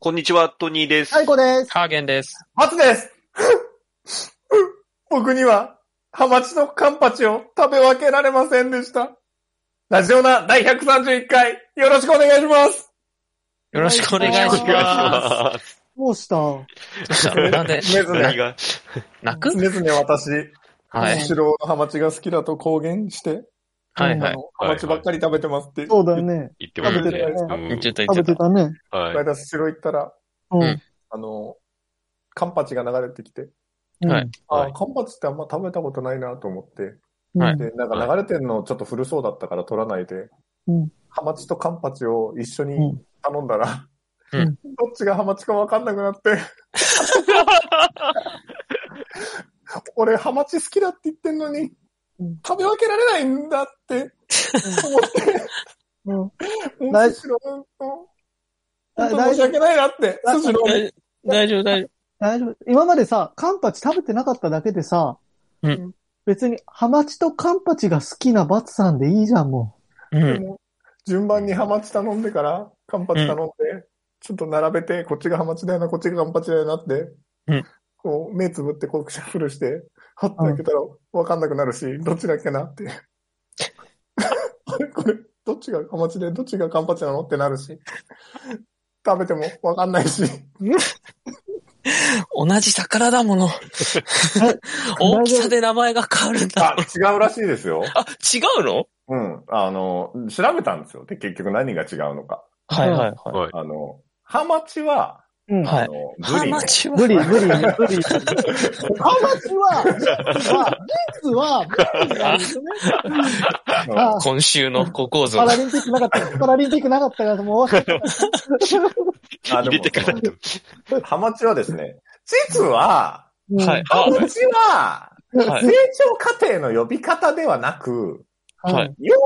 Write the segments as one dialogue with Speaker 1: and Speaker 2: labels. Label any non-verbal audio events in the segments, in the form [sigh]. Speaker 1: こんにちは、トニーです。
Speaker 2: 最高です。
Speaker 3: ハーゲンです。
Speaker 4: 松です。僕には、ハマチとカンパチを食べ分けられませんでした。ラジオナ第131回、よろしくお願いします。
Speaker 3: よろしくお願いし
Speaker 2: よろしくお
Speaker 3: ま
Speaker 1: し
Speaker 2: どうした
Speaker 3: す。どうしたなんで、
Speaker 4: ねず
Speaker 1: 何
Speaker 4: ね、
Speaker 1: が、
Speaker 3: 泣く
Speaker 4: ねずね私、
Speaker 3: はい。
Speaker 4: 後ろのハマチが好きだと公言して、
Speaker 3: はいは
Speaker 4: あ
Speaker 3: い。
Speaker 4: のハマチばっかり食べてますって、
Speaker 2: そうだよね。
Speaker 1: 言ってます
Speaker 3: 食べ
Speaker 4: て
Speaker 1: ね
Speaker 4: るよ。
Speaker 1: うん
Speaker 3: ちょっと言
Speaker 2: 食
Speaker 3: っち
Speaker 2: べ
Speaker 3: ゃってた。
Speaker 2: たね。
Speaker 4: こ
Speaker 1: は
Speaker 4: の
Speaker 1: い。
Speaker 4: 間後ろ行ったら、
Speaker 2: うん。
Speaker 3: うん
Speaker 4: あの、カンパチが流れてきて、
Speaker 2: うん
Speaker 3: はい。
Speaker 4: あ、
Speaker 1: はい
Speaker 4: カンパチってあんま食べたことないなと思って、
Speaker 3: はい
Speaker 4: で、なんか流れてんのちょっと古そうだったから取らないで、
Speaker 2: うん
Speaker 4: ハマチとカンパチを一緒
Speaker 2: う
Speaker 4: に
Speaker 2: ん
Speaker 4: 頼んだら、
Speaker 3: うん
Speaker 4: どっちがハマチかわかんなくなって。俺、ハマチ好きだって言ってんのに
Speaker 2: うん、
Speaker 4: 食べ分けられないんだって、思って、
Speaker 2: うん。
Speaker 4: も
Speaker 2: 大
Speaker 4: うスシローうん
Speaker 2: だ
Speaker 4: 本当
Speaker 2: 大
Speaker 4: 申し
Speaker 2: 丈夫
Speaker 4: 訳ないなって、スシローに
Speaker 3: 大丈夫、大丈
Speaker 2: 大丈夫。今までさ、カンパチ食べてなかっただけでさ、
Speaker 3: うん
Speaker 2: 別にハマチとカンパチが好きなバツさんでいいじゃん、も
Speaker 3: 夫。うん。
Speaker 4: もう [laughs] 順番にハマチ頼んでから、カンパチ頼んで、ちょっと並べて、こっちがハマチだよな、こっちがカンパチだよなって、
Speaker 3: うん
Speaker 4: こう、目つぶってこう、シャッフルして、はって開けたら、わかんなくなるし、どっちだっけなって。 [laughs] あれこれ、どっちがハマチで、どっちがカンパチなのってなるし、食べてもわかんない [laughs] し、
Speaker 3: 同じ魚だもの。大きさで名前が変わるんだ。
Speaker 4: 違うらしいですよ。
Speaker 3: あ、違うの
Speaker 4: うん。あの、調べたんですよ。で、結局何が違うのか。
Speaker 3: はいはいは
Speaker 1: はい。
Speaker 4: あの、ハマチは、
Speaker 2: う。うん。
Speaker 3: い。はい。
Speaker 4: の、
Speaker 3: ハマチは
Speaker 2: 無理、無理、 [laughs] 無理。ハマチは、実は、実は、無理なんですよねあー
Speaker 3: 今週の高校像
Speaker 2: パラリンピックなかった、パラリンピックなかったから、もう分かった。
Speaker 4: あ
Speaker 1: 入れてからと。
Speaker 4: ハマチはですね、実は、
Speaker 2: うん
Speaker 3: はい。。あ、
Speaker 4: ハマチは、
Speaker 3: はい
Speaker 4: 成長過程の呼び方ではなく、
Speaker 3: は
Speaker 2: はいい。
Speaker 4: 養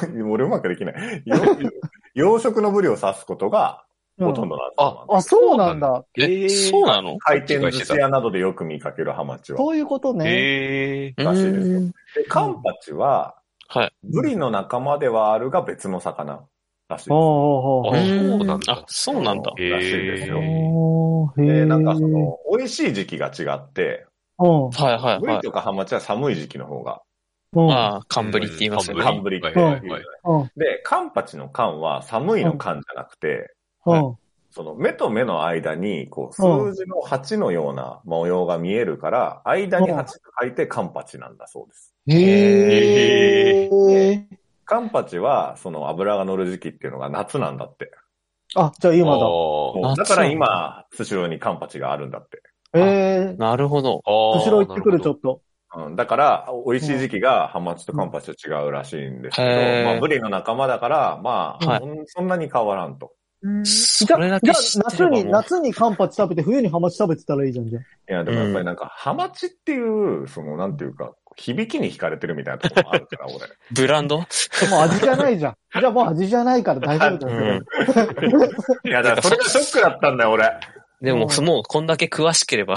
Speaker 4: 殖の、 [laughs] 俺うまくできない。養養殖のブリを指すことが
Speaker 2: うん
Speaker 4: ほとんどなんですよ。
Speaker 2: あ、そうなんだ。
Speaker 3: え、そうなの
Speaker 4: 回転寿司屋などでよく見かけるハマチは。
Speaker 2: そういうことね。
Speaker 1: え
Speaker 3: う
Speaker 4: らしいですよ
Speaker 3: ん
Speaker 4: でカンパチは、
Speaker 3: はい。
Speaker 4: ブリの仲間ではあるが別の魚らしいです。
Speaker 2: おーおーおー
Speaker 1: あ
Speaker 3: う
Speaker 1: そ
Speaker 3: ん
Speaker 1: うなんだ
Speaker 3: あ、そうなんだ。
Speaker 4: らしいですよ。
Speaker 1: へ
Speaker 2: おー。へ
Speaker 4: で、
Speaker 2: ー
Speaker 4: なんかそ、の、美味しい時期が違って、
Speaker 2: うん。
Speaker 3: はいはい
Speaker 4: ブ
Speaker 3: は
Speaker 4: リ
Speaker 3: い。
Speaker 4: とかハマチは寒い時期の方が
Speaker 2: うん。
Speaker 3: ああ、寒ぶりって言いますよね。
Speaker 4: 寒ぶり
Speaker 1: はい
Speaker 2: うん
Speaker 1: はいはい。
Speaker 2: うん。
Speaker 4: で、カンパチの缶は寒いの缶じゃなくて、
Speaker 2: うん。
Speaker 4: その目と目の間に、こう、数字の8のような模様が見えるから、間に8と書いてカンパチなんだそうです。
Speaker 2: へー。
Speaker 4: カンパチは、その油が乗る時期っていうのが夏なんだって。
Speaker 2: あ、じゃあ今だ。
Speaker 1: あ
Speaker 3: 夏
Speaker 4: だから今、スシローにカンパチがあるんだって。
Speaker 2: えー。
Speaker 3: なるほど。
Speaker 1: あ。
Speaker 2: 後ろ行ってくる、ちょ
Speaker 1: っ
Speaker 2: っと。
Speaker 4: うん、だから、美味しい時期がハマチとカンパチは違うらしいんですけど、
Speaker 3: うんへー
Speaker 4: まあ、ブリの仲間だから、まあ、
Speaker 3: はい
Speaker 4: そんそんなに変わらんと。
Speaker 2: じゃ
Speaker 3: そ
Speaker 2: あ、じ
Speaker 3: れ
Speaker 2: ゃあ
Speaker 3: だけ知って
Speaker 2: 夏
Speaker 3: ればもう
Speaker 2: に、夏にカンパチ食べて、冬にハマチ食べてたらいいじゃん、じゃ
Speaker 4: いや、でもやっぱりなんか、ハマチっていう、その、なんていうか、響きに惹かれてるみたいなところあるから、俺。
Speaker 3: ブランド
Speaker 2: あ。もう味じゃないじゃん。じゃあもう味じゃないから大丈夫だ
Speaker 3: [laughs]
Speaker 2: よ。
Speaker 4: いや、だからそれがショックだったんだよ、俺。
Speaker 3: でも、
Speaker 2: うん
Speaker 3: もうこんだけ詳し
Speaker 1: [laughs]
Speaker 3: ければ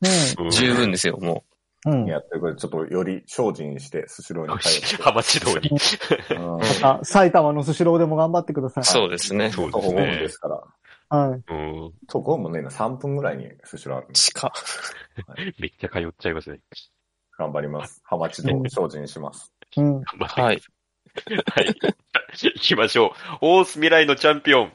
Speaker 2: ね
Speaker 3: 十分ですよ、も
Speaker 2: え。うん
Speaker 4: い。や、ということで、ちょっとより精進して、スシローに通って。
Speaker 1: 幅指導に。
Speaker 4: うん
Speaker 2: また埼玉のスシローでも頑張ってくださ
Speaker 3: う。
Speaker 2: い。
Speaker 3: そうですね。
Speaker 1: そう
Speaker 4: 徒
Speaker 1: です
Speaker 4: 歩5分
Speaker 1: ね
Speaker 4: で。すから。
Speaker 2: はい。
Speaker 1: うん。
Speaker 4: 徒歩5分ね、今3分ぐらいにスシローあるんで、
Speaker 3: 近。
Speaker 1: めっちゃ通っちゃいますね。
Speaker 4: 頑張ります。ハマチと精進します。
Speaker 2: うん。
Speaker 1: 頑張って
Speaker 3: はい。
Speaker 1: はい。 [laughs] 行きましょう。オース未来のチャンピオン。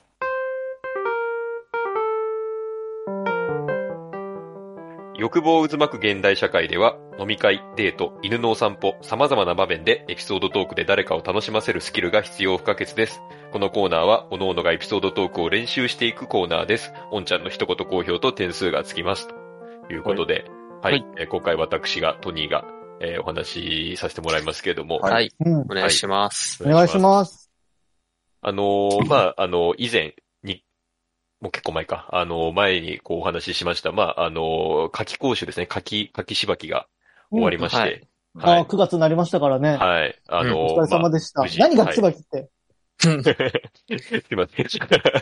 Speaker 1: 欲望渦巻く現代社会では、飲み会、デート、犬のお散歩、様々な場面でエピソードトークで誰かを楽しませるスキルが必要不可欠です。このコーナーは、各々がエピソードトークを練習していくコーナーです。おんちゃんの一言好評と点数がつきます。ということで、はい。
Speaker 3: はい
Speaker 1: えー今回私が、トニーが、えーお話しさせてもらいますけれども、
Speaker 4: はい
Speaker 3: はい。
Speaker 2: うん。
Speaker 3: お願いします。
Speaker 2: お願いします。
Speaker 1: あの
Speaker 2: [laughs]
Speaker 1: ーまあ、あの以前に、もう結構前か、あの前にこうお話ししました、まあ、あの夏季講習ですね、夏季、夏季しばきが終わりまして、
Speaker 4: うん
Speaker 1: は
Speaker 2: あ
Speaker 1: い
Speaker 2: ー、9月になりましたからね。
Speaker 1: はい、あの
Speaker 2: お疲れ
Speaker 1: まあ
Speaker 2: 様でした
Speaker 1: 無。事
Speaker 2: 何が椿って。
Speaker 1: [laughs] すいません。あ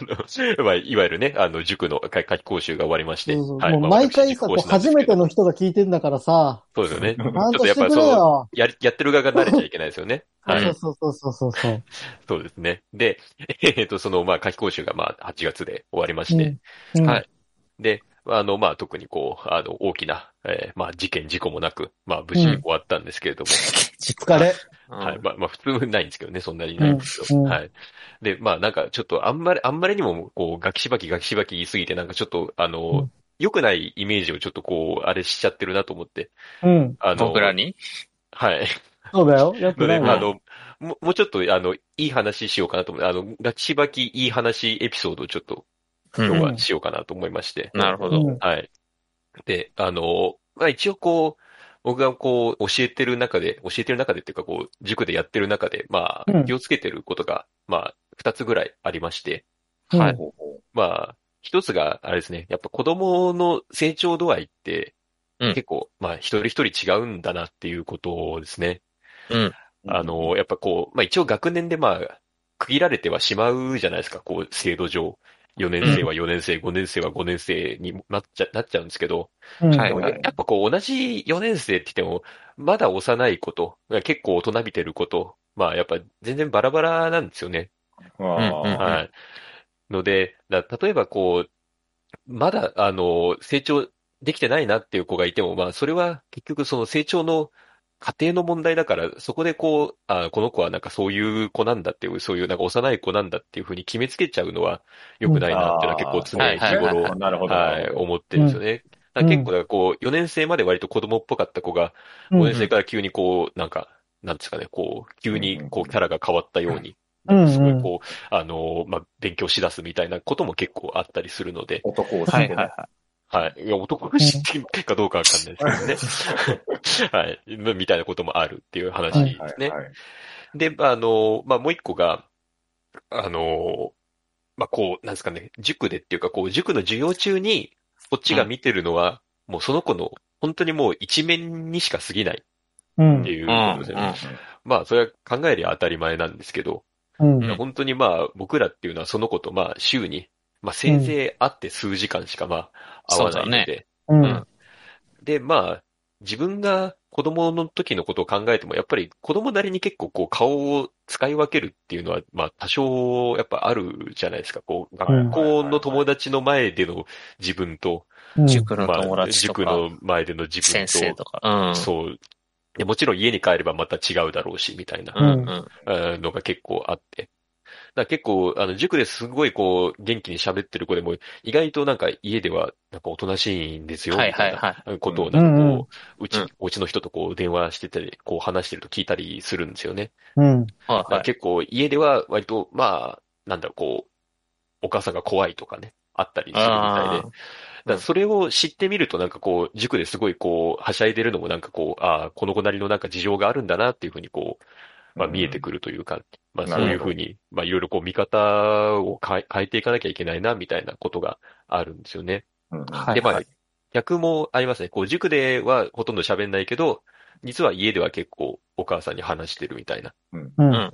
Speaker 1: の、まあ、いわゆるね、あの、塾の夏季講習が終わりまして。
Speaker 2: そうそう
Speaker 1: はい
Speaker 2: もう
Speaker 1: まあ
Speaker 2: 毎回
Speaker 1: 私塾講
Speaker 2: さ、こ
Speaker 1: 師
Speaker 2: う
Speaker 1: なんです
Speaker 2: 初
Speaker 1: け
Speaker 2: めて
Speaker 1: ど
Speaker 2: の人が聞いてんだからさ、
Speaker 1: そうですよね。
Speaker 2: なん
Speaker 1: ちょっと
Speaker 2: と
Speaker 1: や
Speaker 2: し
Speaker 1: ってぱり
Speaker 2: くれ
Speaker 1: その、
Speaker 2: よ。
Speaker 1: やり、やってる側が慣れちゃいけないですよね。はい。
Speaker 2: そうそうそうそうそう。
Speaker 1: そうですね。 [laughs] で、えっと、その、まあ、夏季講習が、まあ、8月で終わりまして、
Speaker 2: うん
Speaker 1: はいで、あの、まあ、特にこう、あの、大きな、えーまあ、事件、事故もなく、まあ、無事終わったんですけれども、
Speaker 2: お疲れ。
Speaker 1: はい。まあ、まあ、普通はないんですけどね、そんなに
Speaker 2: うん
Speaker 1: ないんですけど。
Speaker 2: うん
Speaker 1: はい。で、まあ、なんか、ちょっと、あんまり、あんまりにも、こう、ガキしばきガキしばき言いすぎて、なんかちょっと、あの、
Speaker 2: うん
Speaker 1: 良くないイメージをちょっとこう、あれしちゃってるなと思って。
Speaker 2: うん。
Speaker 1: あの、
Speaker 3: 僕らに
Speaker 1: はい。
Speaker 2: [laughs] そうだよ。やって
Speaker 1: の
Speaker 2: な
Speaker 1: で、
Speaker 2: い
Speaker 1: まあ、あ
Speaker 2: わ。
Speaker 1: の、もうもうちょっと、あの、いい話しようかなと思って、あの、ガキしばきいい話エピソードをちょっと、
Speaker 3: うん
Speaker 1: 今日はしようかなと思いまして。
Speaker 3: なるほ
Speaker 2: う
Speaker 3: ど。
Speaker 2: ん
Speaker 1: はい。で、あの、まあ一応こう、僕がこう、教えてる中で、教えてる中でっていうかこう、塾でやってる中で、ま
Speaker 2: う
Speaker 1: あ、
Speaker 2: ん
Speaker 1: 気をつけてることが、まあ、二つぐらいありまして、
Speaker 2: うん
Speaker 1: はい。まあ、一つが、あれですね、やっぱ子供の成長度合いって、
Speaker 3: うん
Speaker 1: 結構、まあ、一人一人違うんだなっていうことをですね。
Speaker 3: うん
Speaker 1: あの、やっぱこう、まあ一応学年でまあ、区切られてはしまうじゃないですか、こう、制度上。4年生は4年生、5年生は5年生になっちゃ、なっちゃうんですけど、
Speaker 2: うん
Speaker 3: はい
Speaker 1: やっぱこう同じ4年生って言っても、まだ幼い子と、結構大人びてる子と、まあやっぱ全然バラバラなんですよね。
Speaker 3: うん
Speaker 1: はい。ので、だ例えばこう、まだあの、成長できてないなっていう子がいても、まあそれは結局その成長の過程の問題だから、そこでこう、あこの子はなんかそういう子なんだっていう、そういうなんか幼い子なんだっていうふうに決めつけちゃうのは良くないなっていうのは結構常日
Speaker 3: うんあーはいはい
Speaker 1: 頃
Speaker 3: はい
Speaker 5: なるほど。
Speaker 1: はい、思ってるんですよね。だから結構だからこう、4年生まで割と子供っぽかった子が、5年生から急にこう、なんか、なんですかね、こう、急に
Speaker 5: うんうん
Speaker 1: こ
Speaker 5: う
Speaker 1: うんキャラが変わったように、
Speaker 2: うんうん
Speaker 1: すごいこう、あのー、まあ、勉強しだすみたいなことも結構あったりするので、
Speaker 5: 男を知
Speaker 3: は
Speaker 5: っ
Speaker 3: い
Speaker 5: て
Speaker 3: はいは
Speaker 5: ね
Speaker 3: い。
Speaker 1: はい。いや、男が知ってるかどうかわかんないですけどね。
Speaker 2: [laughs]
Speaker 1: はい。 [laughs] まみたいなこともあるっていう話ですね。
Speaker 5: はいはい
Speaker 1: で、あの、まあ、もう一個が、あの、まあ、こう、なんですかね、塾でっていうか、こう、塾の授業中に、こっちが見てるのは、もうその子の、本当にもう一面にしか過ぎない
Speaker 2: うん
Speaker 1: っていう
Speaker 3: うん
Speaker 1: ことですよね。まあ、それは考えりゃ当たり前なんですけど、
Speaker 2: うん
Speaker 3: うん
Speaker 1: 本当にまあ、僕らっていうのはその子とまあ、週に、まあ、せいぜい会って数時間しかまあ、会わないの
Speaker 3: そうだ
Speaker 1: で、
Speaker 2: うん
Speaker 3: うん
Speaker 1: で、まあ、自分が子供の時のことを考えても、やっぱり子供なりに結構こう顔を使い分けるっていうのは、まあ多少やっぱあるじゃないですか。こう、学校の友達の前での自分と、
Speaker 2: うん
Speaker 3: 塾の友
Speaker 1: まあ、
Speaker 3: 達と
Speaker 1: 塾
Speaker 3: か、
Speaker 1: の前での自分
Speaker 3: 先生とか。うん。
Speaker 1: そう。でもちろん家に帰ればまた違うだろうし、みたいな。
Speaker 3: うんうん。
Speaker 1: あのが結構あって。だから結構、あの、塾ですごいこう、元気に喋ってる子でも、意外となんか家では、なんかおとなしいんですよ、み
Speaker 3: はい
Speaker 1: た
Speaker 3: はいい
Speaker 1: な
Speaker 3: は
Speaker 1: ことを、なんかこう、うち
Speaker 3: うん、
Speaker 1: おうちの人とこう、電話してたり、こう話してると聞いたりするんですよね。
Speaker 2: うん。
Speaker 1: だ
Speaker 3: は
Speaker 1: か
Speaker 3: いは
Speaker 1: ら
Speaker 3: い。
Speaker 1: 結構、家では割と、まあ、なんだろう、こう、お母さんが怖いとかね、あったりするみたいで。
Speaker 3: あ
Speaker 1: だからそれを知ってみると、なんかこう、塾ですごいこう、はしゃいでるのもなんかこう、ああ、この子なりのなんか事情があるんだなっていうふうにこう、まあ、見えてくるというか、まあ、そういうふうに、まあ、いろいろこう、見方を変え変えていかなきゃいけないな、みたいなことがあるんですよね。
Speaker 5: うんうん
Speaker 3: は
Speaker 1: で、
Speaker 3: い
Speaker 1: ま
Speaker 3: は
Speaker 1: あ
Speaker 3: い。、
Speaker 1: 逆もありますね。こう、塾ではほとんど喋んないけど、実は家では結構お母さんに話してるみたいな。
Speaker 2: う。
Speaker 3: うんん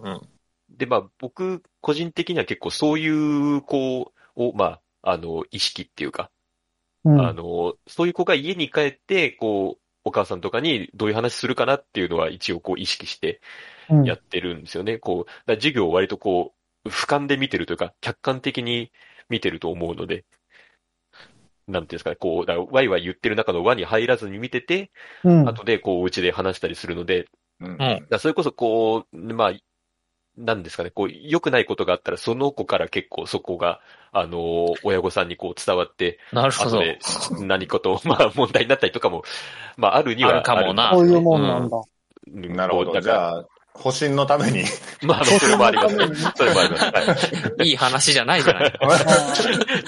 Speaker 1: で、まあ、僕、個人的には結構そういう子を、まあ、あの、意識っていうか、
Speaker 2: うん
Speaker 1: あの、そういう子が家に帰って、こう、お母さんとかにどういう話するかなっていうのは一応こう意識して
Speaker 2: うん
Speaker 1: やってるんですよね。こう、だから授業を割とこう、俯瞰で見てるというか、客観的に見てると思うので、なんていうんですかね、こう、だからワイワイ言ってる中の輪に入らずに見てて、
Speaker 2: うん
Speaker 1: 後でこう、うちで話したりするので、
Speaker 5: うんうん
Speaker 1: だからそれこそこう、まあ、なんですかね、こう、良くないことがあったら、その子から結構そこが、あの、親御さんにこう伝わって、
Speaker 3: なるほ
Speaker 1: 後
Speaker 3: ど。
Speaker 1: で何かと、 [laughs] まあ、問題になったりとかも、まあ、あるには
Speaker 3: あるかもな
Speaker 2: そういうもんなんだ。
Speaker 1: うん
Speaker 5: なるほ
Speaker 1: こう
Speaker 5: ど。
Speaker 1: だ
Speaker 5: じ
Speaker 1: から、
Speaker 5: ゃあ、保身のために。
Speaker 1: まあ、あのそれもありますね。それもあります。はい
Speaker 3: いい話じゃないじゃない
Speaker 1: ま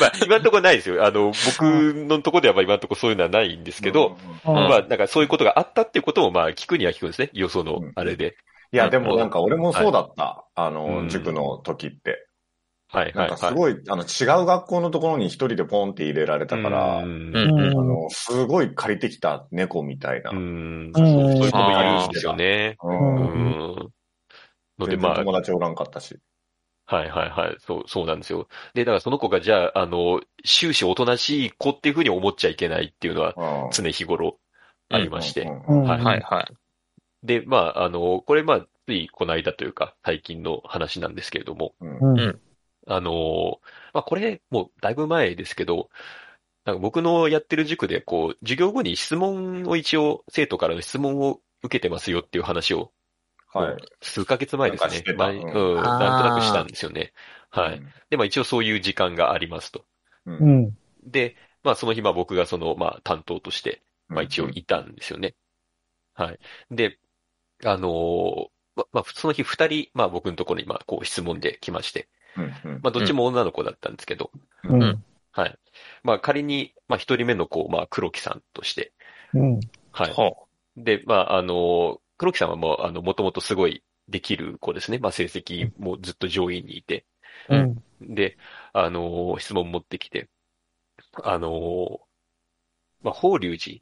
Speaker 1: あ、今のところないですよ。あの、僕のところではまあ今のところそういうのはないんですけど、
Speaker 2: うん
Speaker 3: うん
Speaker 1: まあ、なんかそういうことがあったっていうことも、まあ、聞くには聞くんですね。よその
Speaker 5: うん、
Speaker 1: あれで。
Speaker 5: いや、でもなんか俺もそうだった。あ
Speaker 1: う
Speaker 5: の
Speaker 1: ん、
Speaker 5: 塾の時って。
Speaker 1: はい、
Speaker 5: な
Speaker 1: は
Speaker 5: ん
Speaker 1: い、
Speaker 5: か
Speaker 1: は
Speaker 5: す
Speaker 1: い。
Speaker 5: ごい、あの、違う学校のところに一人でポンって入れられたから、あ
Speaker 1: うん
Speaker 3: う。
Speaker 2: うん
Speaker 3: うん。
Speaker 2: ん。
Speaker 5: の、すごい借りてきた猫みたいな
Speaker 1: う。ん。
Speaker 2: う
Speaker 1: そう
Speaker 2: ん
Speaker 1: そういう子もいるんですよね。
Speaker 5: う。
Speaker 1: うんん。ので、
Speaker 5: 全然
Speaker 1: まあ、
Speaker 5: 友達おらんかったし。
Speaker 1: はいはいはい。そう、そうなんですよ。で、だからその子がじゃあ、あの、終始おとなしい子っていうふうに思っちゃいけないっていうのは
Speaker 5: あ
Speaker 1: 常日頃ありまして。
Speaker 2: うん
Speaker 1: はい
Speaker 3: はいはい。
Speaker 1: で、まあ、あの、これまあ、ついこの間というか、最近の話なんですけれども、
Speaker 2: うん
Speaker 3: うん
Speaker 1: あの、まあ、これ、もうだいぶ前ですけど、なんか僕のやってる塾で、こう、授業後に質問を一応、生徒からの質問を受けてますよっていう話を、
Speaker 5: はい。
Speaker 1: 数ヶ月前です
Speaker 5: なんかし
Speaker 1: ね。
Speaker 5: てた
Speaker 1: 前、う
Speaker 5: うん
Speaker 1: ん、なんとなくしたんですよね。はい。
Speaker 5: い。
Speaker 1: で、まあ一応そういう時間がありますと。
Speaker 5: うん
Speaker 2: うん。
Speaker 1: で、まあその日、まあ僕がその、まあ担当として、まあ一応いたんですよね。はい。で、あのーま、まあその日二人、まあ僕のところに、まあこう質問で来まして、
Speaker 5: うんうん
Speaker 1: まあどっちも女の子だったんですけど、
Speaker 2: うん。うん。
Speaker 1: はい。まあ仮に、まあ一人目の子を、まあ黒木さんとして、
Speaker 2: うん。
Speaker 1: はい。
Speaker 3: ほ
Speaker 1: で、まあ、あの、黒木さんはもう、あの、もともとすごいできる子ですね。まあ、成績もずっと上位にいて。
Speaker 2: うん。
Speaker 1: で、あの、質問持ってきて。あの、まあ、法隆寺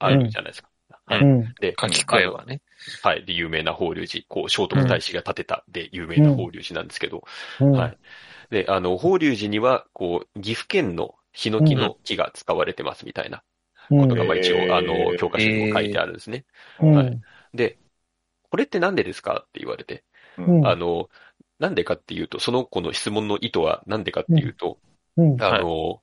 Speaker 1: あるじゃないですか。はい
Speaker 2: うん。
Speaker 1: で、
Speaker 3: う。書き換えはね。
Speaker 1: はい。で、有名な法隆寺。こう、聖徳太子が建てたで、有名な法隆寺なんですけど。
Speaker 2: うん。
Speaker 1: はい。で、あの、法隆寺には、こう、岐阜県のヒノキの木が使われてますみたいな
Speaker 2: うん。
Speaker 1: ことが、まあ、一
Speaker 5: うん
Speaker 1: 応、あの、教科書にも書いてあるんですね。
Speaker 2: うん。
Speaker 1: はいで、これってなんでですかって言われて、
Speaker 2: うん。
Speaker 1: あの、なんでかっていうと、その子の質問の意図はなんでかっていうと、
Speaker 2: うん。
Speaker 1: あの、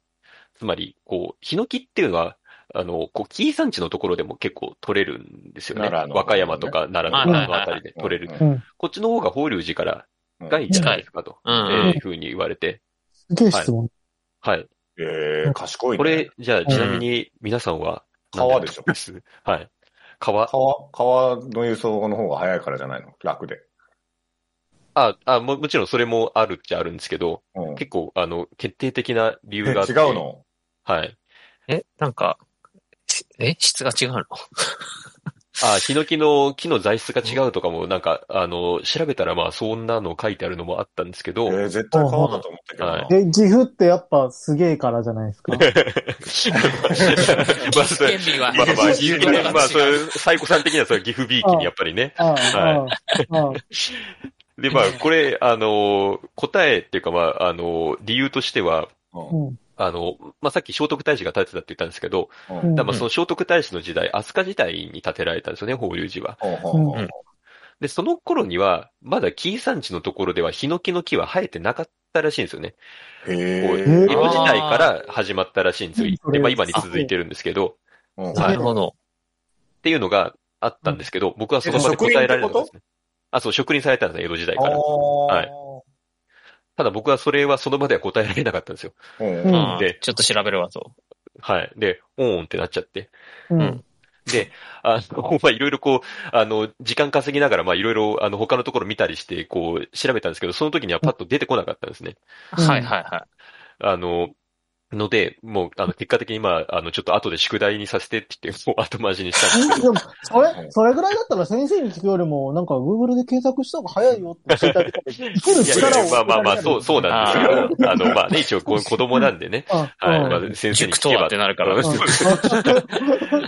Speaker 1: つまり、こう、ヒノキっていうのは、あの、こう、紀伊山地のところでも結構取れるんですよね。
Speaker 5: 奈良の
Speaker 1: 和歌山とか奈良と
Speaker 3: はい
Speaker 1: か
Speaker 3: はい
Speaker 1: の
Speaker 3: はい
Speaker 1: あたりで取れる。
Speaker 5: うん
Speaker 2: うん。
Speaker 1: こっちの方が法隆寺から
Speaker 5: うん
Speaker 1: 近いんじゃないですかと、え
Speaker 3: うん。
Speaker 1: ーいうふうに言われて、
Speaker 2: すげえ質問。
Speaker 1: はい。
Speaker 5: えー、賢いね。
Speaker 1: これ、じゃあ、ちなみに皆さんは、
Speaker 5: 川でしょ
Speaker 1: なんすはい。川。
Speaker 5: 川、川の輸送の方が早いからじゃないの楽で。
Speaker 1: あ、あも、もちろんそれもあるっちゃあるんですけど、
Speaker 5: うん
Speaker 1: 結構、あの、決定的な理由
Speaker 5: え
Speaker 1: があっ
Speaker 5: 違
Speaker 1: て。
Speaker 5: うの
Speaker 1: はい。
Speaker 3: え、なんか、しえ、質が
Speaker 1: [laughs]
Speaker 3: 違うの
Speaker 1: あ、ヒノキの木の材質が違うとかも、なんか、あの、調べたらまあ、そんなの書いてあるのもあったんですけ
Speaker 5: え
Speaker 1: [laughs] ど、
Speaker 5: ー、絶対川だと思ったけど
Speaker 1: はい
Speaker 5: な。
Speaker 2: え、岐阜ってやっぱすげえからじゃないで
Speaker 1: [laughs]
Speaker 2: すか。
Speaker 1: まあ、それ
Speaker 3: 県民は
Speaker 1: ま [laughs] あまあ、岐
Speaker 5: 岐阜
Speaker 1: 阜県
Speaker 5: 県
Speaker 1: 民まあ、それ、サイコさん的にはそれは岐阜 B 県にやっぱりね。
Speaker 2: ああ、
Speaker 1: は
Speaker 2: ああ、ああ。
Speaker 1: で、まあ、これ、あの、答えっていうか、まあ、あの、理由としては、
Speaker 5: うん
Speaker 2: うん。
Speaker 1: あの、まあ、さっき聖徳太子が建てたって言ったんですけど、
Speaker 5: うん
Speaker 1: だからまあその聖徳太子の時代、飛鳥時代に建てられたんですよね、法隆寺は。
Speaker 5: ほうほうほう
Speaker 3: うん
Speaker 1: で、その頃には、まだ紀伊山地のところではヒノキの木は生えてなかったらしいんですよね。
Speaker 5: へ
Speaker 1: こう
Speaker 5: え
Speaker 1: 江。戸時代から始まったらしいんですよ
Speaker 2: あ。ー
Speaker 1: で、まあ今に続いてるんですけど、
Speaker 5: うん
Speaker 1: は。
Speaker 3: [laughs] ないる
Speaker 1: っ
Speaker 3: ほど。
Speaker 1: ていうのがあったんですけど、僕はその場で答えられなかったんですね。あ、そう、職人されたんですよ、江戸時代から。はいただ僕はそれはその場では答えられなかったんですよ。
Speaker 5: うん
Speaker 2: うん
Speaker 3: うん
Speaker 1: で
Speaker 3: ちょっと調べるわと。
Speaker 1: はい。で、オーンってなっちゃって。
Speaker 2: う
Speaker 3: うん
Speaker 2: ん。
Speaker 1: で、あの、まあ、いろいろこう、あの、時間稼ぎながら、まあ、いろいろ、あの、他のところ見たりして、こう、調べたんですけど、その時にはパッと出てこなかったんですね。
Speaker 2: うん
Speaker 3: はいはいは
Speaker 1: あの、ので、もう、あの、結果的に、まあ、あの、ちょっと後で宿題にさせてって言って、もう後回しにしたんですけ
Speaker 2: で
Speaker 1: ど。
Speaker 2: も、それ、それぐらいだったら先生に聞くよりも、なんか Google で検索した方が早いよって教えてあげたら、生きる
Speaker 1: いやい
Speaker 2: 力
Speaker 1: や
Speaker 2: を。
Speaker 1: まあまあまあ、そう、そうなんですけど、あの、まあね、一応、こう子供なんでね、
Speaker 2: あ。
Speaker 1: [laughs] はい、
Speaker 2: うん
Speaker 1: まあ、先
Speaker 3: い。
Speaker 1: 生に
Speaker 3: 塾
Speaker 1: 聞
Speaker 3: と
Speaker 1: け
Speaker 3: は
Speaker 1: ば
Speaker 3: ってなるから。
Speaker 1: うん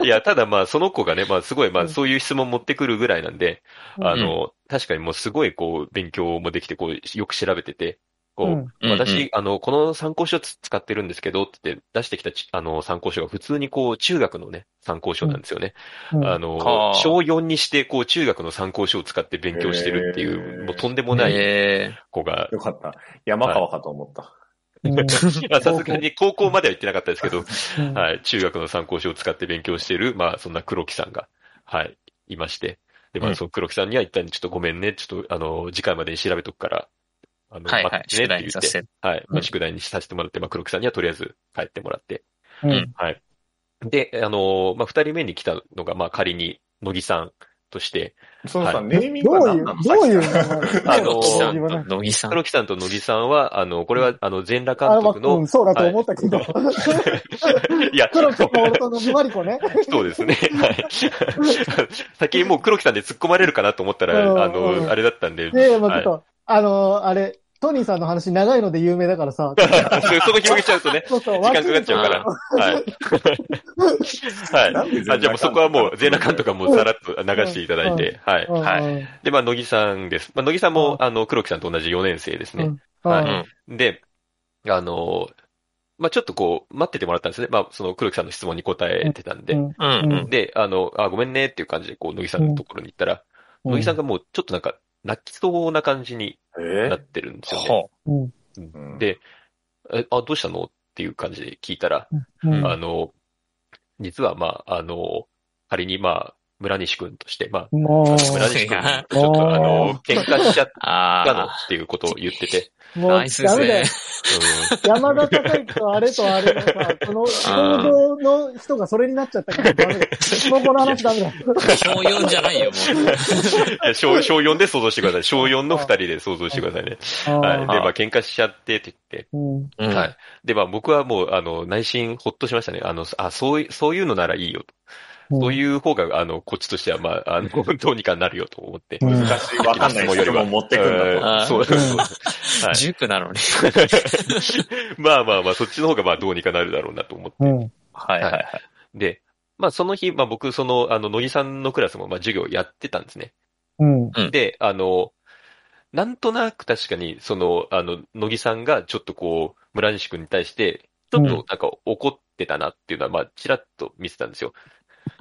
Speaker 1: いや、ただまあ、その子がね、まあ、すごい、まあ、そういう質問持ってくるぐらいなんで、あの、確かにもうすごい、こう、勉強もできて、こう、よく調べてて、こう、
Speaker 3: うんうん
Speaker 1: 私、あの、この参考書つ使ってるんですけど、って言って出してきたち、あの、参考書が普通にこう、中学のね、参考書なんですよね。
Speaker 2: うん
Speaker 1: あの
Speaker 3: はあ、
Speaker 1: 小4にして、こう、中学の参考書を使って勉強してるっていう、
Speaker 5: へえ
Speaker 1: もうとんでもない
Speaker 3: え
Speaker 1: 子が、
Speaker 5: よかった。山川かと思った。
Speaker 2: うん
Speaker 1: まあさすがに高校までは行ってなかったですけど、
Speaker 2: うん
Speaker 1: はい、中学の参考書を使って勉強している、まあ、そんな黒木さんが、はい、いまして。で、ま
Speaker 3: う
Speaker 1: あ、
Speaker 3: ん
Speaker 1: その黒木さんには一旦ちょっとごめんね、ちょっと、あの、次回までに調べとくから、あの
Speaker 3: ーはいは
Speaker 1: 待
Speaker 3: い。
Speaker 1: ってねって
Speaker 3: 宿題
Speaker 1: 言
Speaker 3: に
Speaker 1: っ
Speaker 3: さ
Speaker 1: て
Speaker 3: せて。
Speaker 1: はい。
Speaker 3: う
Speaker 1: まあ、
Speaker 3: ん
Speaker 1: 宿題にさせてもらって、まあ、黒木さんにはとりあえず帰ってもらって。
Speaker 2: うん
Speaker 1: はい。で、あのーまあ、二人目に来たのが、まあ、仮に、乃木さんとして、
Speaker 5: そのさ、
Speaker 1: は
Speaker 5: ネーミング
Speaker 2: どう
Speaker 5: は
Speaker 2: いう
Speaker 5: 何なの、
Speaker 2: どういう
Speaker 5: さっきか
Speaker 2: の
Speaker 1: あの
Speaker 3: 乃木さん
Speaker 2: 言わない
Speaker 3: と乃木さん。
Speaker 1: 黒木さんと乃木さんは、あの、これは、あの、全裸
Speaker 2: あ
Speaker 1: 監
Speaker 2: ま
Speaker 1: 督
Speaker 2: あ、う
Speaker 1: の
Speaker 2: ん、、そうだと思ったけど。
Speaker 1: [laughs] いや、
Speaker 2: 黒木薫とのマリコね。
Speaker 1: そうです
Speaker 2: [laughs]
Speaker 1: ね。はい。 [laughs] 先にもう黒木さんで突っ込まれるかなと思った
Speaker 2: うん
Speaker 1: ら、あ
Speaker 2: うん
Speaker 1: の、あれだったんで、
Speaker 2: で、まあちょっと、あのー、あれ、トニーさんの話長いので有名だからさ。
Speaker 1: [laughs] その広げちゃうとね、
Speaker 2: そうそう、
Speaker 1: 時間かかっちゃうから。 [laughs] はい。
Speaker 5: な
Speaker 1: は
Speaker 5: んで全
Speaker 1: い。あじゃあもうそこはもう、全裸監督はもうさらっと流していただいて、はい。
Speaker 2: うん
Speaker 1: はい。
Speaker 2: い。
Speaker 1: で、まあ、乃木さんです。まあ、乃木さんも、
Speaker 2: う
Speaker 1: あの、黒木さんと同じ4年生ですね。
Speaker 2: は。
Speaker 1: はいで、あの、まあ、ちょっとこう、待っててもらったんですね。まあ、その黒木さんの質問に答えてたんで。
Speaker 3: うん
Speaker 2: う
Speaker 3: うん
Speaker 2: ん。
Speaker 1: で、あの、あ、ごめんねっていう感じで、こう、乃木さんのところに行ったら、乃木さん
Speaker 2: が、
Speaker 1: がもうちょっとなんか、泣きそうな感じに
Speaker 5: え
Speaker 1: なってるんですよね。
Speaker 3: ほ
Speaker 2: うん
Speaker 5: うん
Speaker 1: で、えあ、どうしたのっていう感じで聞いたら、
Speaker 2: うん
Speaker 1: あの、実はまあ、あの、仮にまあ、村西くんとして、まあ、
Speaker 2: もう、
Speaker 1: 村西くんとちょっとあの、喧嘩しちゃっ
Speaker 3: う。あ
Speaker 1: たのっ
Speaker 3: あ。
Speaker 1: ていうことを言ってて、
Speaker 2: も
Speaker 3: ナ
Speaker 2: う
Speaker 3: イスで
Speaker 2: ダ
Speaker 3: す
Speaker 2: メだ
Speaker 3: ね
Speaker 2: よ。。山田孝之とあれとあれのさ、この行動の人がそれになっちゃったからダメ
Speaker 1: [laughs]
Speaker 2: [laughs] だよ。もうこの話ダメだよ。
Speaker 3: 小4じゃないよ、もう。
Speaker 1: うんいや小、小4で想像してください。小4の二人で想像してくださいね。はい。で、
Speaker 2: あー
Speaker 1: まあ、喧嘩しちゃってって言って、
Speaker 2: うん
Speaker 1: [laughs]
Speaker 3: うん
Speaker 1: はい。で、まあ僕はもう、あの、内心ほっとしましたね。あの、あ、そうい、そういうのならいいよと。
Speaker 2: うん
Speaker 1: そういう方が、あの、こっちとしては、まあ、あ
Speaker 2: [laughs]
Speaker 1: の、どうにかなるよと思って。
Speaker 2: うん
Speaker 5: 難しい、わかんない質問持ってくんだと。
Speaker 3: あー
Speaker 1: そうそうそう。はい
Speaker 3: 塾なのに。
Speaker 1: [laughs] まあまあまあ、そっちの方がまあどうにかなるだろうなと思って。
Speaker 2: うん。
Speaker 3: はいはいはい。
Speaker 1: で、まあその日、まあ僕、その、あの、野木さんのクラスもまあ授業やってたんですね。
Speaker 2: うん。
Speaker 3: うん
Speaker 1: で、あの、なんとなく確かに、その、あの、野木さんがちょっとこう、村西君に対して、ちょっとなんか怒ってたなっていうのは、まあ、ちらっと見てたんですよ。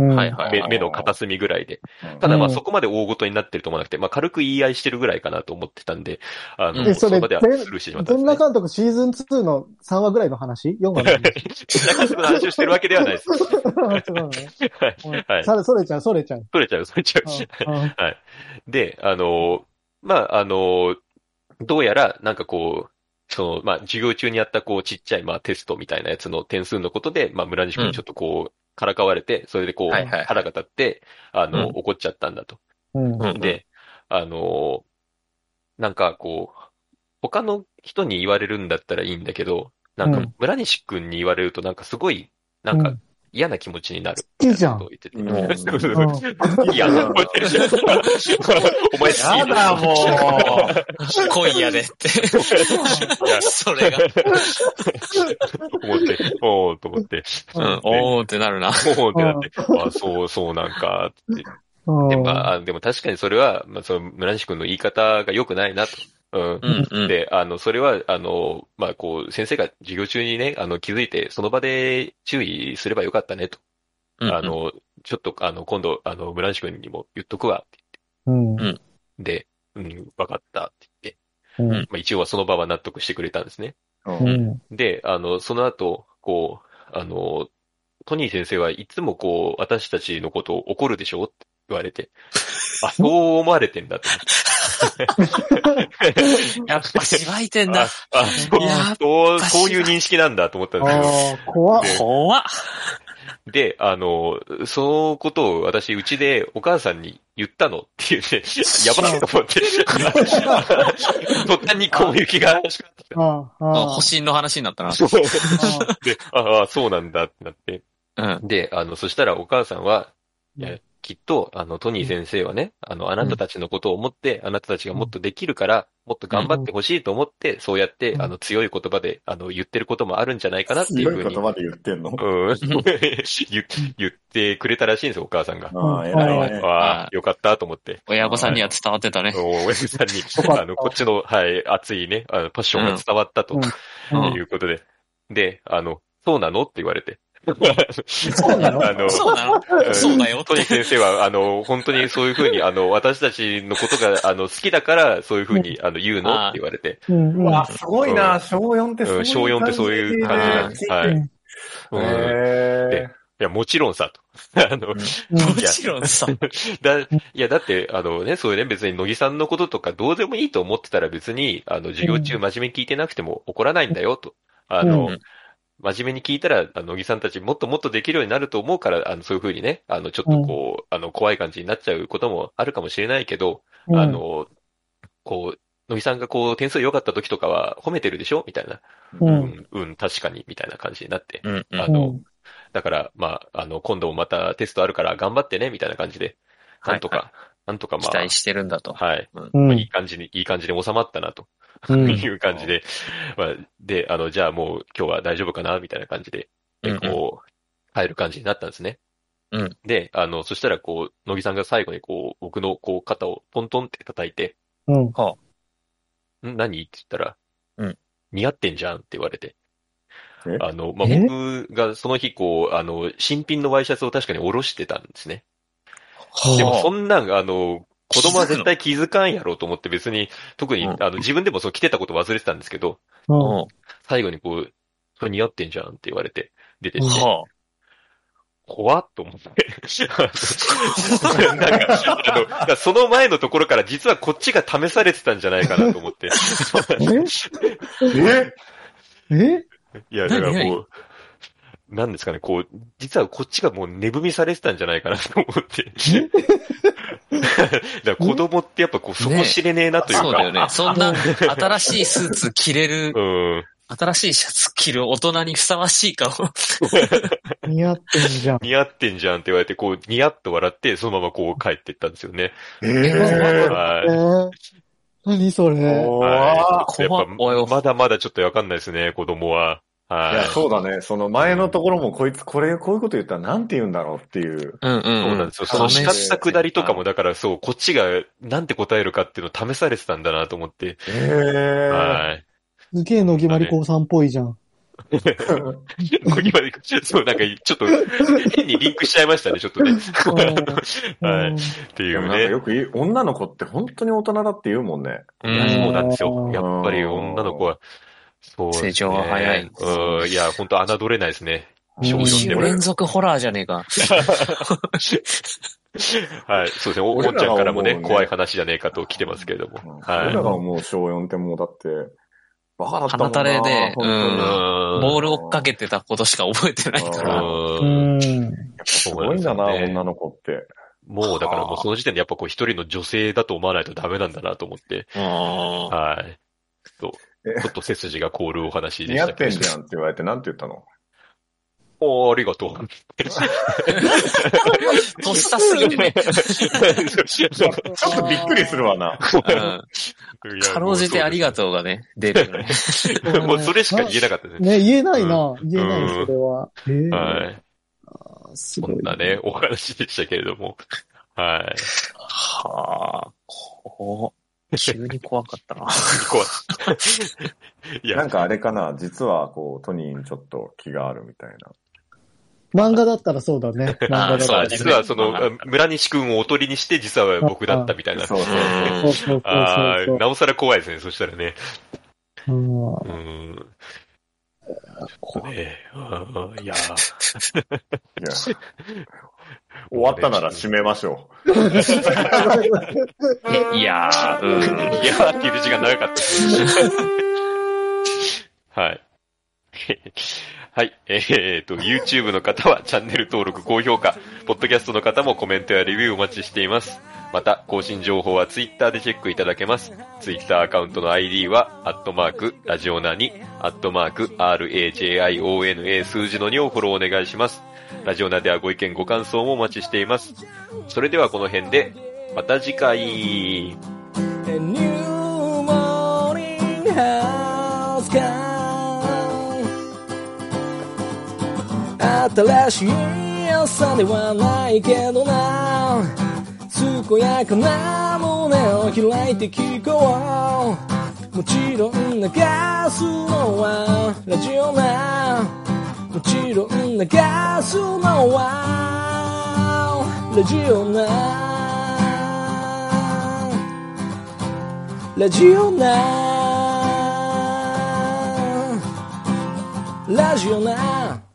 Speaker 2: うん
Speaker 3: はいはい
Speaker 1: 目
Speaker 5: あー
Speaker 1: 目の片隅ぐらいで。
Speaker 5: うん
Speaker 1: ただまあ
Speaker 2: うん
Speaker 1: そこまで大ごとになってると思わなくて、まあ軽く言い合いしてるぐらいかなと思ってたんで、あ
Speaker 3: う
Speaker 1: の、
Speaker 3: ん
Speaker 1: そこまでは
Speaker 2: それ
Speaker 1: スルーしてしまったん
Speaker 2: 全
Speaker 1: です、
Speaker 2: 裸
Speaker 1: ね。
Speaker 2: 監督シーズン2の3話ぐらいの話 ?4 話の
Speaker 1: そんな感の話をしてるわけ [laughs] ではない [laughs] です。
Speaker 2: 話違う [laughs] のね
Speaker 1: はい。は
Speaker 2: うんそれ、それちゃう、それちゃう。
Speaker 1: 取れちゃう、取れちゃ
Speaker 2: うん
Speaker 1: う。で、あの、まあ、あの、どうやら、なんかこう、その、まあ、授業中にやった、こう、ちっちゃい、まあ、テストみたいなやつの点数のことで、まあ、村西君
Speaker 3: うん
Speaker 1: にちょっとこう、からかわれて、それでこう、
Speaker 3: はいはい
Speaker 1: 腹が立って、あの、
Speaker 3: うん
Speaker 1: 怒っちゃったんだと。
Speaker 2: うん。
Speaker 3: うん
Speaker 1: で、あの、なんかこう、他の人に言われるんだったらいいんだけど、なん
Speaker 2: う
Speaker 1: か
Speaker 2: ん、
Speaker 1: 村西君に言われると、なんかすごい、なん
Speaker 2: う
Speaker 1: か
Speaker 2: ん、
Speaker 1: 嫌な気持ちになる。
Speaker 2: 好きじゃん
Speaker 1: と。言ってて。
Speaker 5: うん
Speaker 1: そうそう
Speaker 2: う
Speaker 1: そうん [laughs] いや、お前好き
Speaker 5: やだ、もう。
Speaker 3: 今夜
Speaker 1: [laughs]
Speaker 3: でって。それが。
Speaker 1: 思って、おーと思って、
Speaker 3: うん、おーってなるな。
Speaker 1: おーってなって、あ、そう、そうなんか、って。
Speaker 2: うん
Speaker 1: でも、まああ、でも確かにそれは、まあ、その、村西君の言い方が良くないなと。うん
Speaker 3: う。んうん。
Speaker 1: で、あの、それは、あの、まあ、こう、先生が授業中にね、あの、気づいて、その場で注意すればよかったねと。
Speaker 3: うんうん
Speaker 1: あ、の、ちょっと、あの、今度、あの、村西君にも言っとくわ。
Speaker 2: うん。
Speaker 1: で、うん、わかったって言って、
Speaker 2: うん
Speaker 1: まあ、一応はその場は納得してくれたんですね。
Speaker 2: う
Speaker 5: うん
Speaker 2: ん。
Speaker 1: で、あの、その後、こう、あの、トニー先生はいつもこう、私たちのことを怒るでしょって言われ
Speaker 3: [laughs]
Speaker 1: て、あ、そう思われてんだと
Speaker 3: [laughs]
Speaker 1: 思って。
Speaker 3: やっぱしばいてんだ。
Speaker 1: あ、あそう
Speaker 3: やっ
Speaker 1: そう、
Speaker 3: ぱし
Speaker 1: そういう認識なんだと思ったんですけど。
Speaker 2: ああ、怖っ。
Speaker 3: 怖っ。
Speaker 1: で、あの、そのことを私、うちでお母さんに言ったのっていう
Speaker 2: [laughs]
Speaker 1: ね、やばいと思って、途端にこういう気がしかった。
Speaker 2: ああ、
Speaker 3: あ
Speaker 2: あ
Speaker 3: 保身の話になったな。
Speaker 1: で、ああ、そうなんだってなって。
Speaker 3: うん。
Speaker 1: で、あの、そしたらお母さんは、
Speaker 2: うん
Speaker 1: いや、きっと、あの、トニー先生はね、あの、あなたたちのことを思って、あなたたちがもっとできるから、もっと頑張ってほしいと思って、そうやって、
Speaker 2: うん
Speaker 1: あの、強い言葉で、あの、言ってることもあるんじゃないかなっていう
Speaker 5: 強
Speaker 1: ふ
Speaker 5: いう言
Speaker 1: に、
Speaker 5: 葉で言ってんの
Speaker 1: うん [laughs] 言言ってくれたらしいんですよ、お母さんが。
Speaker 5: ああ、偉いね。
Speaker 1: ああ、よかったと思って。
Speaker 3: 親御さんには伝わってたね。
Speaker 1: お親父さん
Speaker 2: かっ
Speaker 1: に、
Speaker 2: た
Speaker 1: あの、こっちの、はい、熱いね、あの、パッションが伝わったと、
Speaker 2: うん
Speaker 3: うん
Speaker 1: いうことで。で、あの、そうなのって言われ
Speaker 3: [laughs]
Speaker 1: て。
Speaker 2: そうなの
Speaker 1: あの、
Speaker 3: そうなのそうだよって
Speaker 1: トニー先生は、あの、本当にそういうふうに、あの、私たちのことが、あの、好きだから、そういうふうに、あの、言うのって言われて。
Speaker 2: うん。
Speaker 4: わあ、すごいな、小4ってそう
Speaker 1: う
Speaker 4: いう感じ
Speaker 1: ん小四ってそういう
Speaker 3: 感
Speaker 1: じなんうんい
Speaker 4: へ
Speaker 1: や、もちろんさ、と。あの、
Speaker 3: もちろんさ。
Speaker 1: だ、いや、だって、あのね、そういうね、別に、乃木さんのこととかどうでもいいと思ってたら別に、あの、授業中真面目に聞いてなくても怒らないんだよ、と。あの、
Speaker 3: うん
Speaker 1: 真面目に聞いたら、あの乃木さんたちもっともっとできるようになると思うから、あの、そういうふうにね、あの、ちょっとこう、あの、怖い感じになっちゃうこともあるかもしれないけど、
Speaker 2: うん
Speaker 1: あ、の、こう、乃木さんがこう、点数良かった時とかは褒めてるでしょみたいな。
Speaker 2: う。
Speaker 1: うんん、うん、確かに、みたいな感じになって。
Speaker 3: うんうん
Speaker 1: あの、だから、まあ、あの、今度もまたテストあるから頑張ってね、みたいな感じで、
Speaker 3: はい
Speaker 1: なんとか、なんとかま
Speaker 3: 期
Speaker 1: あ、
Speaker 3: 待してるんだと。
Speaker 1: はい。
Speaker 2: うん。う
Speaker 1: いい感じに、いい感じで収まったな、と
Speaker 2: ん。
Speaker 1: いう感じで、まあ、で、あの、じゃあもう今日は大丈夫かな、みたいな感じで、
Speaker 3: うんうん
Speaker 1: こう、入る感じになったんですね。
Speaker 3: うん
Speaker 1: で、あの、そしたら、こう、乃木さんが最後に、こう、僕の、こう、肩をトントンって叩いて、
Speaker 2: うん。
Speaker 1: ん何って言ったら、
Speaker 3: うん
Speaker 1: 似合ってんじゃんって言われて
Speaker 5: え。
Speaker 1: あの、まあ、
Speaker 3: え
Speaker 1: 僕がその日、こう、あの、新品のワイシャツを確かにおろしてたんですね。
Speaker 3: は
Speaker 1: でも、そ
Speaker 3: あ
Speaker 1: んなん、あの、子供は
Speaker 3: 気づくの
Speaker 1: 絶対気づかんやろうと思って別に、特に、
Speaker 3: う
Speaker 1: あ
Speaker 3: ん
Speaker 1: の、自分でもそう着てたこと忘れてたんですけど、
Speaker 2: うん。
Speaker 1: 最後にこう、それ似合ってんじゃんって言われて、出てって、
Speaker 3: は
Speaker 1: 怖っと思って。なんか、あのだから、その前のところから実はこっちが試されてたんじゃないかなと思って。
Speaker 5: え
Speaker 2: え
Speaker 1: いや、だから
Speaker 3: 何
Speaker 1: こう、なんですかね、こう、実はこっちがもう寝踏みされてたんじゃないかなと思って。 [laughs] だから子供ってやっぱこう、そこ知れねえな
Speaker 3: あ
Speaker 1: という
Speaker 3: そう
Speaker 1: か。
Speaker 3: だよね。そんな新しいスーツ着れ [laughs] る、
Speaker 1: うん。
Speaker 3: 新しいシャツ着る大人にふさわしい顔。
Speaker 2: 似合ってんじゃん。
Speaker 1: 似合ってんじゃんって言われて、こう、ニヤっと笑って、そのままこう帰ってったんですよね。
Speaker 5: え
Speaker 3: え
Speaker 2: え
Speaker 1: はい。
Speaker 2: ー、何それ。
Speaker 5: 怖
Speaker 1: はい、やっぱ
Speaker 3: 怖い
Speaker 1: まだまだちょっとわかんないですね、子供は。
Speaker 5: いや、
Speaker 1: はい。
Speaker 5: そうだね。その前のところもこいつ、これ、こういうこと言ったらなんて言うんだろうっていう。
Speaker 3: うんうん
Speaker 1: そうなんですよ。その
Speaker 3: 試
Speaker 1: 叱
Speaker 3: し
Speaker 1: ったくだりとかも、だからそう、こっちがなんて答えるかっていうのを試されてたんだなと思って。
Speaker 5: ええ
Speaker 1: はい。
Speaker 2: すげえ野木まりこさんっぽいじゃん。
Speaker 1: 小木までそう、なんか、ちょっと、変にリンクしちゃいましたね、ちょっとね。はい。ってい
Speaker 5: でもな
Speaker 1: う
Speaker 5: んか
Speaker 1: ね。
Speaker 5: よく言う、女の子って本当に大人だって言うもんね。
Speaker 3: う
Speaker 1: いや
Speaker 3: ん
Speaker 1: そうなんですよ。やっぱり女の子は、そうですね。
Speaker 3: 成長が早い
Speaker 1: うん、いや、本当侮れないですね。少
Speaker 3: 二
Speaker 1: 女
Speaker 3: 週
Speaker 1: でも
Speaker 3: 連続ホラーじゃねえか。
Speaker 1: はい、そうですね。おお
Speaker 5: 俺
Speaker 1: ん
Speaker 5: らが
Speaker 1: ちゃんからもね、
Speaker 5: 思うね
Speaker 1: 怖い話じゃねえかと来てますけれども。はい。
Speaker 5: 俺らがもう小4ってもうだって、バカだったもんな。
Speaker 3: 鼻垂れで
Speaker 5: 本当に
Speaker 3: うん
Speaker 1: ボ
Speaker 3: ボール追っかけてたことしか覚えてないから。
Speaker 2: う
Speaker 1: うん。
Speaker 2: ん。
Speaker 5: すごいんだな、
Speaker 1: そうなんですよね
Speaker 5: 女の子って。
Speaker 1: もうだからもうその時点でやっぱこう一人の女性だと思わないとダメなんだなと思って。
Speaker 3: うん
Speaker 1: はい。ちょっと
Speaker 5: え
Speaker 1: ちょっと背筋が凍るお話で
Speaker 5: 似
Speaker 1: し
Speaker 5: 合
Speaker 1: た
Speaker 5: って
Speaker 1: け
Speaker 5: ん
Speaker 1: ど。
Speaker 5: じゃんって言われて、なんて言ったの
Speaker 1: おー、ありがとう。
Speaker 3: とっさすぎ
Speaker 1: [laughs]
Speaker 3: るね。
Speaker 1: ち
Speaker 5: [laughs] ちょ
Speaker 1: ょっと
Speaker 5: っとびっくりするわな。
Speaker 3: うんかろうじてありがとうがね、出るよね。
Speaker 1: ともうそれしか言えなかったですね。
Speaker 2: ね、言えないな。言えない、それは。えー
Speaker 1: はい。
Speaker 2: すご
Speaker 1: こん
Speaker 2: い。
Speaker 1: なね、お話でしたけれども。 [laughs] はい。
Speaker 3: はあ、こう、急に怖かったな。
Speaker 1: 怖い。い
Speaker 5: な
Speaker 1: や
Speaker 5: ん、かあれかな、実はこう、トニーにちょっと気があるみたいな。
Speaker 2: 漫画だったらそうだね。漫画だった
Speaker 1: ま
Speaker 3: そう
Speaker 1: あ
Speaker 2: ら。
Speaker 3: です
Speaker 1: 実
Speaker 3: ね
Speaker 1: はその
Speaker 3: まあ、
Speaker 1: 村西くんをおとりにして、実は僕だったみたいな。
Speaker 5: そうそう
Speaker 3: うん
Speaker 2: そうそうそう
Speaker 1: ああ、
Speaker 2: そう
Speaker 1: なおさら怖いですね、そしたらね。
Speaker 2: うん。
Speaker 1: うーん。ねあーいやー、
Speaker 5: [laughs] そう。いや終わったなら締めましょ
Speaker 3: いやー、うん。
Speaker 1: いやーっていう時間長か
Speaker 3: [laughs]
Speaker 1: った。はい。 [laughs] はい。えー、と、YouTube の方はチャンネル登録、高評価、ポッドキャストの方もコメントやレビューお待ちしています。また、更新情報は Twitter でチェックいただけます。Twitter アカウントの ID は、アットマーク、ラジオナに、アットマーク、RAJIONA 数字の2をフォローお願いします。ラジオナではご意見、ご感想もお待ちしています。それではこの辺で、また次回。
Speaker 6: A new morning has come 新しい朝ではないけどな健やかな胸を開いて聞こうもちろん流すのはラジオなもちろん流すのはラジオなラジオなラジオな